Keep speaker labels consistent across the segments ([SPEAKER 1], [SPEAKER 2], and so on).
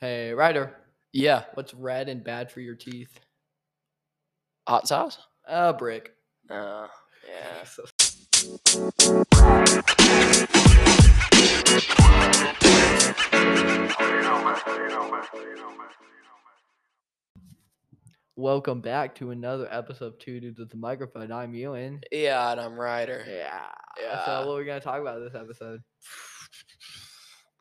[SPEAKER 1] Hey, Ryder. Yeah. What's red and bad for your teeth?
[SPEAKER 2] Hot sauce?
[SPEAKER 1] A brick.
[SPEAKER 2] Uh, yeah.
[SPEAKER 1] Welcome back to another episode of Two Dudes with the Microphone. I'm Ewan.
[SPEAKER 2] Yeah, and I'm Ryder.
[SPEAKER 1] Yeah.
[SPEAKER 2] Yeah.
[SPEAKER 1] So, what are we going to talk about this episode?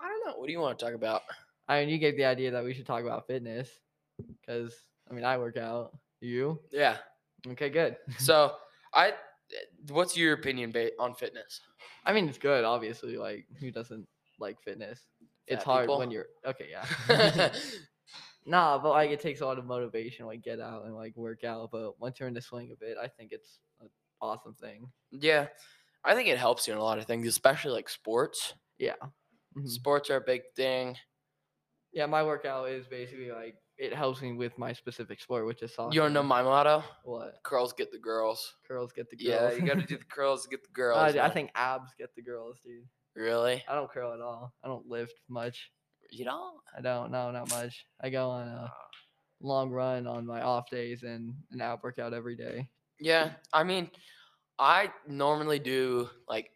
[SPEAKER 2] I don't know. What do you want to talk about?
[SPEAKER 1] I mean, you gave the idea that we should talk about fitness because, I mean, I work out. You?
[SPEAKER 2] Yeah.
[SPEAKER 1] Okay, good.
[SPEAKER 2] So, I. What's your opinion ba- on fitness?
[SPEAKER 1] I mean, it's good, obviously. Like, who doesn't like fitness? It's
[SPEAKER 2] Fat
[SPEAKER 1] hard
[SPEAKER 2] people?
[SPEAKER 1] when you're okay, yeah. nah, but like it takes a lot of motivation, like get out and like work out. But once you're in the swing of it, I think it's an awesome thing.
[SPEAKER 2] yeah, I think it helps you in a lot of things, especially like sports.
[SPEAKER 1] Yeah. Mhm.
[SPEAKER 2] Sports are a big thing.
[SPEAKER 1] Yeah, my workout is basically like it helps me with my specific sport, which is soccer.
[SPEAKER 2] You want to know my motto?
[SPEAKER 1] what
[SPEAKER 2] Girls get the girls.
[SPEAKER 1] curls get the
[SPEAKER 2] Yeah,
[SPEAKER 1] girls.
[SPEAKER 2] you got to do the curls to get the girls.
[SPEAKER 1] I, I
[SPEAKER 2] man.
[SPEAKER 1] think abs get the girls, dude.
[SPEAKER 2] Really?
[SPEAKER 1] I don't curl at all. I don't lift much.
[SPEAKER 2] You don't?
[SPEAKER 1] I don't. No, not much. I go on a long run on my off days and an ab workout every day.
[SPEAKER 2] Yeah, I mean, I normally do like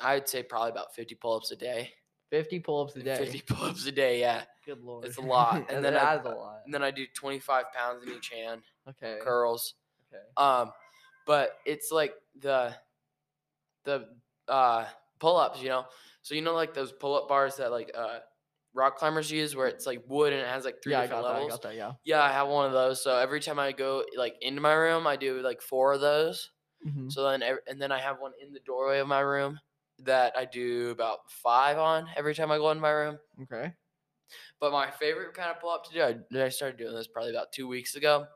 [SPEAKER 2] I would say probably about fifty pull-ups a day.
[SPEAKER 1] Fifty pull-ups a day.
[SPEAKER 2] Fifty pull-ups a day, yeah.
[SPEAKER 1] Good lord,
[SPEAKER 2] It's a lot, and then I-
[SPEAKER 1] that's a lot.
[SPEAKER 2] And then I do twenty-five pounds in each hand,
[SPEAKER 1] Okay.
[SPEAKER 2] curls.
[SPEAKER 1] Okay.
[SPEAKER 2] Um, but it's like the the uh pull-ups, you know. So you know, like those pull-up bars that like uh rock climbers use, where it's like wood and it has like three
[SPEAKER 1] yeah, I got
[SPEAKER 2] different levels.
[SPEAKER 1] that. I got that. Yeah.
[SPEAKER 2] Yeah, I have one of those. So every time I go like into my room, I do like four of those.
[SPEAKER 1] Mhm.
[SPEAKER 2] So then, ev- and then I have one in the doorway of my room that I do about five on every time I go in my room.
[SPEAKER 1] Okay.
[SPEAKER 2] But my favorite kind of pull up to do, I, that I started doing this probably about two weeks ago,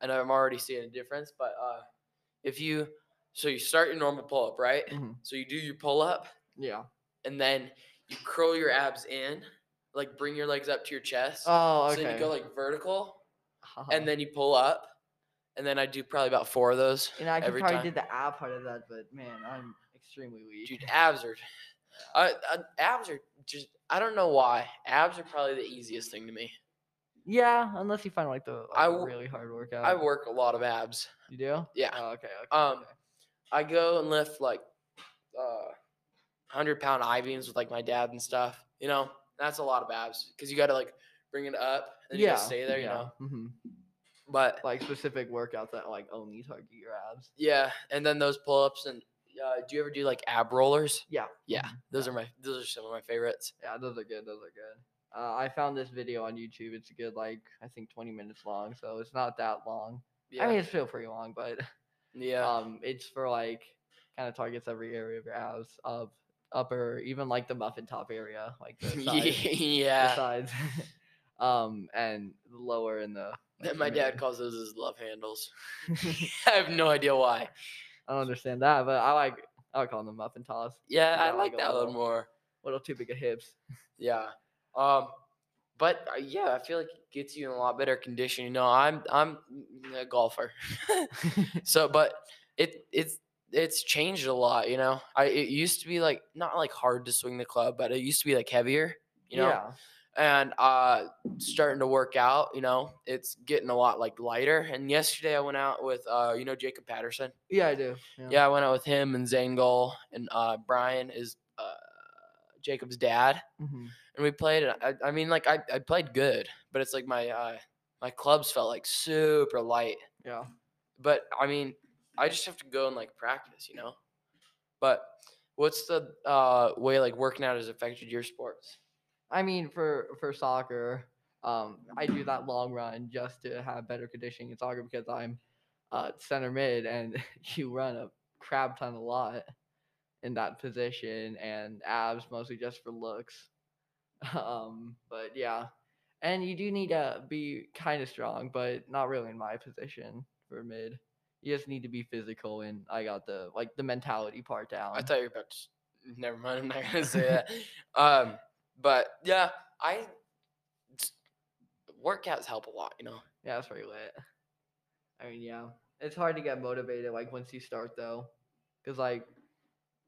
[SPEAKER 2] and I'm already seeing a difference. But uh, if you, so you start your normal pull up, right?
[SPEAKER 1] Mhm.
[SPEAKER 2] So you do your pull up,
[SPEAKER 1] Yeah.
[SPEAKER 2] and then you curl your abs in, like bring your legs up to your chest.
[SPEAKER 1] Oh,
[SPEAKER 2] So
[SPEAKER 1] okay. Uh-huh.
[SPEAKER 2] then you go like vertical,
[SPEAKER 1] Haha.
[SPEAKER 2] and then you pull up, and then I do probably about four of those.
[SPEAKER 1] and I could
[SPEAKER 2] every
[SPEAKER 1] probably
[SPEAKER 2] time.
[SPEAKER 1] did the ab part of that, but man, I'm extremely weak.
[SPEAKER 2] Dude, abs are, I, I, abs are just. I don't know why. Abs are probably the easiest thing to me.
[SPEAKER 1] Yeah, unless you find like the like,
[SPEAKER 2] I
[SPEAKER 1] a
[SPEAKER 2] w-
[SPEAKER 1] really hard workout.
[SPEAKER 2] I work a lot of abs.
[SPEAKER 1] You do?
[SPEAKER 2] Yeah.
[SPEAKER 1] Oh, okay. okay,
[SPEAKER 2] Um,
[SPEAKER 1] okay.
[SPEAKER 2] I go and lift like, uh, hundred pound I beams with like my dad and stuff. You know, that's a lot of abs because you got to like bring it up and you
[SPEAKER 1] yeah.
[SPEAKER 2] gotta stay there. You
[SPEAKER 1] yeah,
[SPEAKER 2] know,
[SPEAKER 1] mhm.
[SPEAKER 2] but
[SPEAKER 1] Like specific workouts that like only target your abs.
[SPEAKER 2] yeah, and then those pull ups and. Uh, do you ever do like ab rollers?
[SPEAKER 1] Yeah.
[SPEAKER 2] Yeah,
[SPEAKER 1] mhm.
[SPEAKER 2] those are my those are some of my favorites.
[SPEAKER 1] Yeah, those are good. Those are good. Uh, I found this video on YouTube. It's a good like I think 20 minutes long, so it's not that long.
[SPEAKER 2] Yeah,
[SPEAKER 1] I mean, it's still pretty long, but
[SPEAKER 2] yeah,
[SPEAKER 1] Um, it's for like kind of targets every area of your abs, up, upper, even like the muffin top area, like the sides, the
[SPEAKER 2] yeah.
[SPEAKER 1] sides, um, and the lower in the. like,
[SPEAKER 2] My
[SPEAKER 1] middle.
[SPEAKER 2] dad calls those his love handles. I have no idea why.
[SPEAKER 1] I don't understand that, but I like I would call them the muffin toss.
[SPEAKER 2] Yeah,
[SPEAKER 1] Yeah,
[SPEAKER 2] I
[SPEAKER 1] like
[SPEAKER 2] like
[SPEAKER 1] a
[SPEAKER 2] that one
[SPEAKER 1] little-
[SPEAKER 2] more.
[SPEAKER 1] Little too big of hips.
[SPEAKER 2] Yeah. Um, but uh, yeah, I feel like it gets you in a lot better condition. You know, I'm I'm a golfer, so but it it's it's changed a lot. You know, I it used to be like not like hard to swing the club, but it used to be like heavier. You know,
[SPEAKER 1] yeah.
[SPEAKER 2] and uh, starting to work out. You know, it's getting a lot like lighter. And yesterday I went out with uh, you know Jacob Patterson.
[SPEAKER 1] Yeah, I do.
[SPEAKER 2] Yeah, I went out with him and Zangol and uh, Brian is uh, Jacob's dad,
[SPEAKER 1] Mhm.
[SPEAKER 2] and we played. And I, I mean, like I, I played good, but it's like my uh, my clubs felt like super light.
[SPEAKER 1] Yeah.
[SPEAKER 2] But I mean, I just have to go and like practice, you know. But what's the uh, way like working out has affected your sports?
[SPEAKER 1] I mean, for for soccer, um, I do that long run just to have better conditioning in soccer because I'm uh, center mid and you run a crab ton a lot in that position and abs mostly just for looks. Um, but yeah, and you do need to be kind of strong, but not really in my position for mid. You just need to be physical, and I got the like the mentality part down.
[SPEAKER 2] I thought you were about to. s- Never mind. I'm not gonna say that. Um, but yeah, I s- workouts help a lot, you know.
[SPEAKER 1] Yeah, that's pretty lit. I mean, yeah, it's hard to get motivated like once you start though, because like,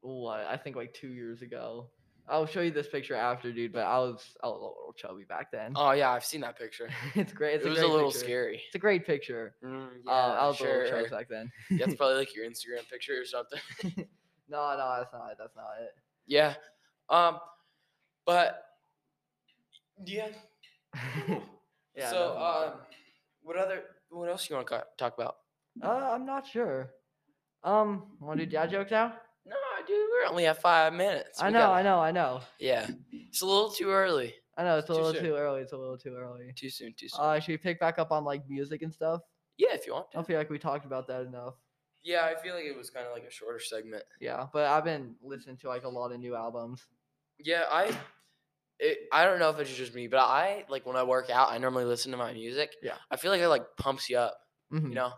[SPEAKER 1] what I think like two years ago, I'll show you this picture after, dude. But I was I was a little chubby back then.
[SPEAKER 2] Oh yeah, I've seen that picture.
[SPEAKER 1] it's great. Mm-hmm. It's a
[SPEAKER 2] it was a
[SPEAKER 1] great
[SPEAKER 2] little
[SPEAKER 1] picture.
[SPEAKER 2] scary.
[SPEAKER 1] It's a great picture.
[SPEAKER 2] Mm,
[SPEAKER 1] Uh, I was a
[SPEAKER 2] sure.
[SPEAKER 1] little chubby back then.
[SPEAKER 2] That's probably like your Instagram picture or something.
[SPEAKER 1] No, no, that's not. it, That's not it.
[SPEAKER 2] yeah. Um, but yeah.
[SPEAKER 1] yeah.
[SPEAKER 2] so,
[SPEAKER 1] nothing like
[SPEAKER 2] um, what other? What else you want to talk about?
[SPEAKER 1] that. uh, I'm not sure. Um, want to do dad jokes now?
[SPEAKER 2] No, dude, we only have five minutes.
[SPEAKER 1] I
[SPEAKER 2] We
[SPEAKER 1] know,
[SPEAKER 2] got-
[SPEAKER 1] I know, I know,
[SPEAKER 2] Yeah, it's a little too early.
[SPEAKER 1] I know. It's a
[SPEAKER 2] Too
[SPEAKER 1] little
[SPEAKER 2] soon.
[SPEAKER 1] too early. It's a little too early.
[SPEAKER 2] Too soon. Too soon.
[SPEAKER 1] Uh, should we pick back up on like music and stuff?
[SPEAKER 2] yeah, if you want.
[SPEAKER 1] I don't feel like we talked about that enough.
[SPEAKER 2] Yeah, I feel like it was kind of like a shorter segment.
[SPEAKER 1] Yeah, but I've been listening to like a lot of new albums.
[SPEAKER 2] Yeah, I. It, I don't know if it's just me, but I like when I work out, I normally listen to my music.
[SPEAKER 1] Yeah.
[SPEAKER 2] I feel like it like pumps you up,
[SPEAKER 1] Mhm.
[SPEAKER 2] you know,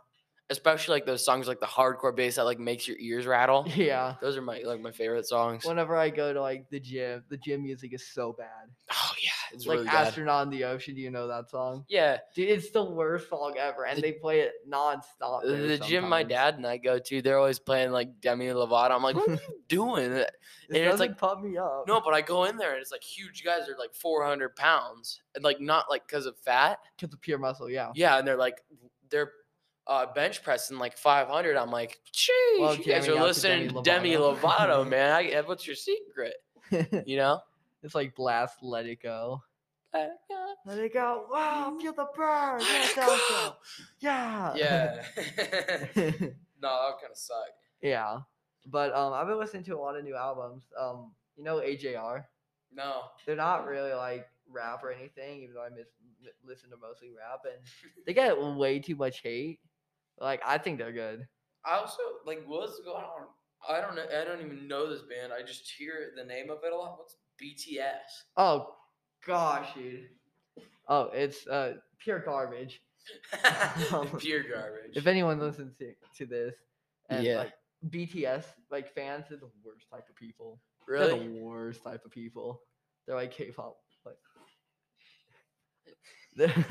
[SPEAKER 2] especially like those songs like the hardcore bass that like makes your ears rattle.
[SPEAKER 1] Yeah.
[SPEAKER 2] Those are my like my favorite songs.
[SPEAKER 1] Whenever I go to like the gym, the gym music is so bad.
[SPEAKER 2] Oh yeah, it's
[SPEAKER 1] like
[SPEAKER 2] really bad.
[SPEAKER 1] Astronaut in the Ocean, do you know that song?
[SPEAKER 2] Yeah,
[SPEAKER 1] Dude, it's the worst song ever, and
[SPEAKER 2] The-
[SPEAKER 1] they play it nonstop. there
[SPEAKER 2] the gym my
[SPEAKER 1] sometimes.
[SPEAKER 2] dad and I go to, they're always playing like Demi Lovato. I'm like, what are you doing?
[SPEAKER 1] It
[SPEAKER 2] and it's,
[SPEAKER 1] doesn't
[SPEAKER 2] like-
[SPEAKER 1] pump me up.
[SPEAKER 2] No, but I go in there and it's like huge guys are like 400 pounds, and like not like because of fat.
[SPEAKER 1] because of pure muscle, yeah.
[SPEAKER 2] Yeah, and they're like they're uh, bench pressing like 500. I'm like, jeez,
[SPEAKER 1] Well,
[SPEAKER 2] you guys
[SPEAKER 1] jamming
[SPEAKER 2] are
[SPEAKER 1] out to
[SPEAKER 2] listening
[SPEAKER 1] Demi
[SPEAKER 2] to Demi
[SPEAKER 1] Lovato."
[SPEAKER 2] Lovato, man. I, eh, what's your secret? You know?
[SPEAKER 1] it's like blast, let it go,
[SPEAKER 2] Uh,
[SPEAKER 1] let it go. Wow, feel the burn.
[SPEAKER 2] Let it
[SPEAKER 1] Yes, Elsa.
[SPEAKER 2] go.
[SPEAKER 1] Yeah,
[SPEAKER 2] yeah. no, that kind of suck.
[SPEAKER 1] yeah. But um, I've been listening to a lot of new albums. Um, you know AJR.
[SPEAKER 2] No.
[SPEAKER 1] they're not really like rap or anything, even though I miss, mi- listen to mostly rap, and they get way too much hate. Like I think they're good.
[SPEAKER 2] I also like what's going on. I don't know. I don't even know this band. I just hear the name of it a lot. What's BTS?
[SPEAKER 1] Oh gosh, dude. Oh, it's uh pure garbage. Um,
[SPEAKER 2] Pure garbage.
[SPEAKER 1] If anyone listens to, to this, and
[SPEAKER 2] Yeah.
[SPEAKER 1] like BTS, like fans are the worst type of people. They're
[SPEAKER 2] really?
[SPEAKER 1] the worst type of people. They're like K-pop. Like. They're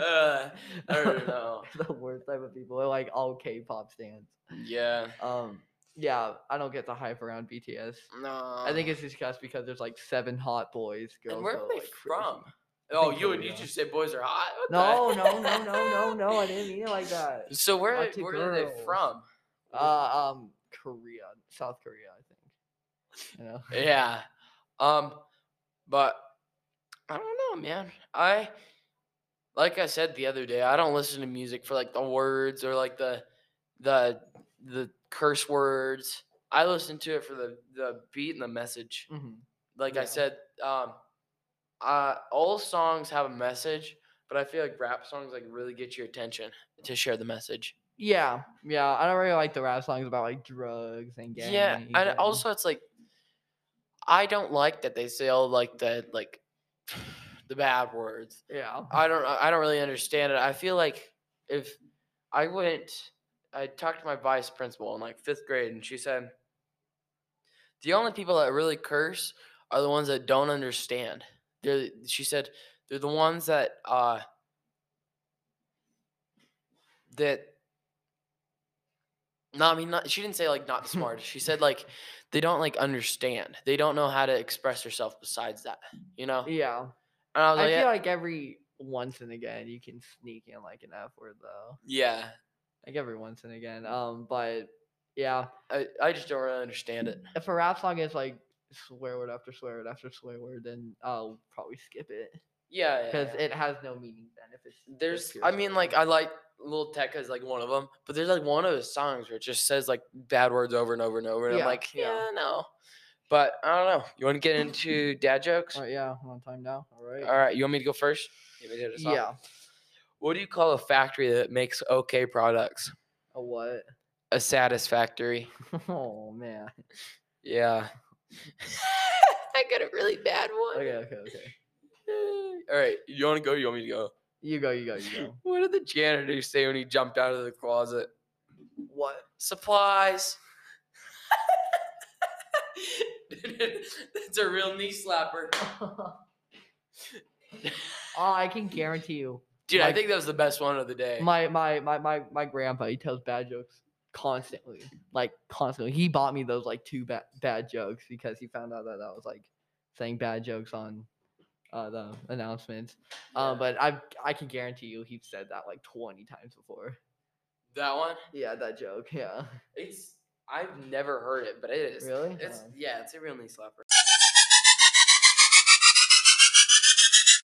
[SPEAKER 2] uh, I don't know.
[SPEAKER 1] the worst type of people. They're like all K-pop stands.
[SPEAKER 2] Yeah.
[SPEAKER 1] Um, yeah, I don't get the hype around BTS.
[SPEAKER 2] No.
[SPEAKER 1] I think it's discussed because there's like seven hot boys. Girls
[SPEAKER 2] And where
[SPEAKER 1] go,
[SPEAKER 2] are they
[SPEAKER 1] like, crazy.
[SPEAKER 2] from? Oh,
[SPEAKER 1] think
[SPEAKER 2] you
[SPEAKER 1] Korea.
[SPEAKER 2] you just said boys are hot. What the
[SPEAKER 1] No,
[SPEAKER 2] heck?
[SPEAKER 1] no, no, no, no, no. I didn't mean it like that.
[SPEAKER 2] So where
[SPEAKER 1] Lots of
[SPEAKER 2] where are they
[SPEAKER 1] girls.
[SPEAKER 2] from?
[SPEAKER 1] Uh, um, Korea, South Korea, I think. You know.
[SPEAKER 2] Yeah. Um, but I don't know, man. I like I said the other day, I don't listen to music for like the words or like the the the curse words. I listen to it for the the beat and the message.
[SPEAKER 1] Mhm.
[SPEAKER 2] Like I
[SPEAKER 1] Yeah.
[SPEAKER 2] said, um, uh, all songs have a message, but I feel like rap songs like really get your attention to share the message.
[SPEAKER 1] Yeah, yeah. I don't really like the rap songs about like drugs and gangs.
[SPEAKER 2] yeah, and also it's like I don't like that they say all like the like the bad words.
[SPEAKER 1] yeah,
[SPEAKER 2] I don't I don't really understand it. I feel like if I went I talked to my vice principal in like 5th grade and she said the only people that really curse are the ones that don't understand. They're, she said they're the ones that uh that no, I mean not, she didn't say like not smart. she said like they don't like understand. They don't know how to express herself besides that, you know? And
[SPEAKER 1] yeah.
[SPEAKER 2] I was
[SPEAKER 1] I
[SPEAKER 2] like,
[SPEAKER 1] feel
[SPEAKER 2] "Yeah,
[SPEAKER 1] like every once and again you can sneak in like an F word though,
[SPEAKER 2] yeah.
[SPEAKER 1] like every once and again.
[SPEAKER 2] Mm.
[SPEAKER 1] Um, but yeah,
[SPEAKER 2] I, I just don't really understand it.
[SPEAKER 1] if a rap song is like swear word after swear word after swear word, then I'll probably skip it
[SPEAKER 2] Yeah,
[SPEAKER 1] because it has no meaning then. If it's just
[SPEAKER 2] there's.
[SPEAKER 1] pure
[SPEAKER 2] I
[SPEAKER 1] swear
[SPEAKER 2] mean, like
[SPEAKER 1] words.
[SPEAKER 2] I like Lil Tecca is like one of them, but there's like one of his songs where it just says like bad words over and over and over, and
[SPEAKER 1] Yeah,
[SPEAKER 2] I'm like,
[SPEAKER 1] yeah.
[SPEAKER 2] yeah, no. But I don't know. You want to get into dad jokes?
[SPEAKER 1] Alright, yeah, we're on time now. All right.
[SPEAKER 2] All right, you want me to go first? You want me to hit us off?
[SPEAKER 1] Yeah.
[SPEAKER 2] What do you call a factory that makes okay products?
[SPEAKER 1] A what?
[SPEAKER 2] A satisfactory.
[SPEAKER 1] Oh man.
[SPEAKER 2] Yeah. I got a really bad one.
[SPEAKER 1] Okay, okay, okay.
[SPEAKER 2] All right, you want to go? Or you want me to go?
[SPEAKER 1] You go, you go, you go.
[SPEAKER 2] What did the janitor say when he jumped out of the closet? What? Supplies. That's a real knee slapper.
[SPEAKER 1] oh, I can guarantee you.
[SPEAKER 2] Dude, I
[SPEAKER 1] Like-
[SPEAKER 2] think that was the best one of the day.
[SPEAKER 1] My my my my my grandpa he tells bad jokes constantly, like constantly. He bought me those like two bad bad jokes because he found out that I was like saying bad jokes on uh, the announcements. Uh, but I I can guarantee you he said that like 20 times before.
[SPEAKER 2] that one,
[SPEAKER 1] Yeah, that joke. Yeah.
[SPEAKER 2] it's I've never heard it, but it is.
[SPEAKER 1] Really?
[SPEAKER 2] It's
[SPEAKER 1] Oh.
[SPEAKER 2] yeah, it's a real knee slapper.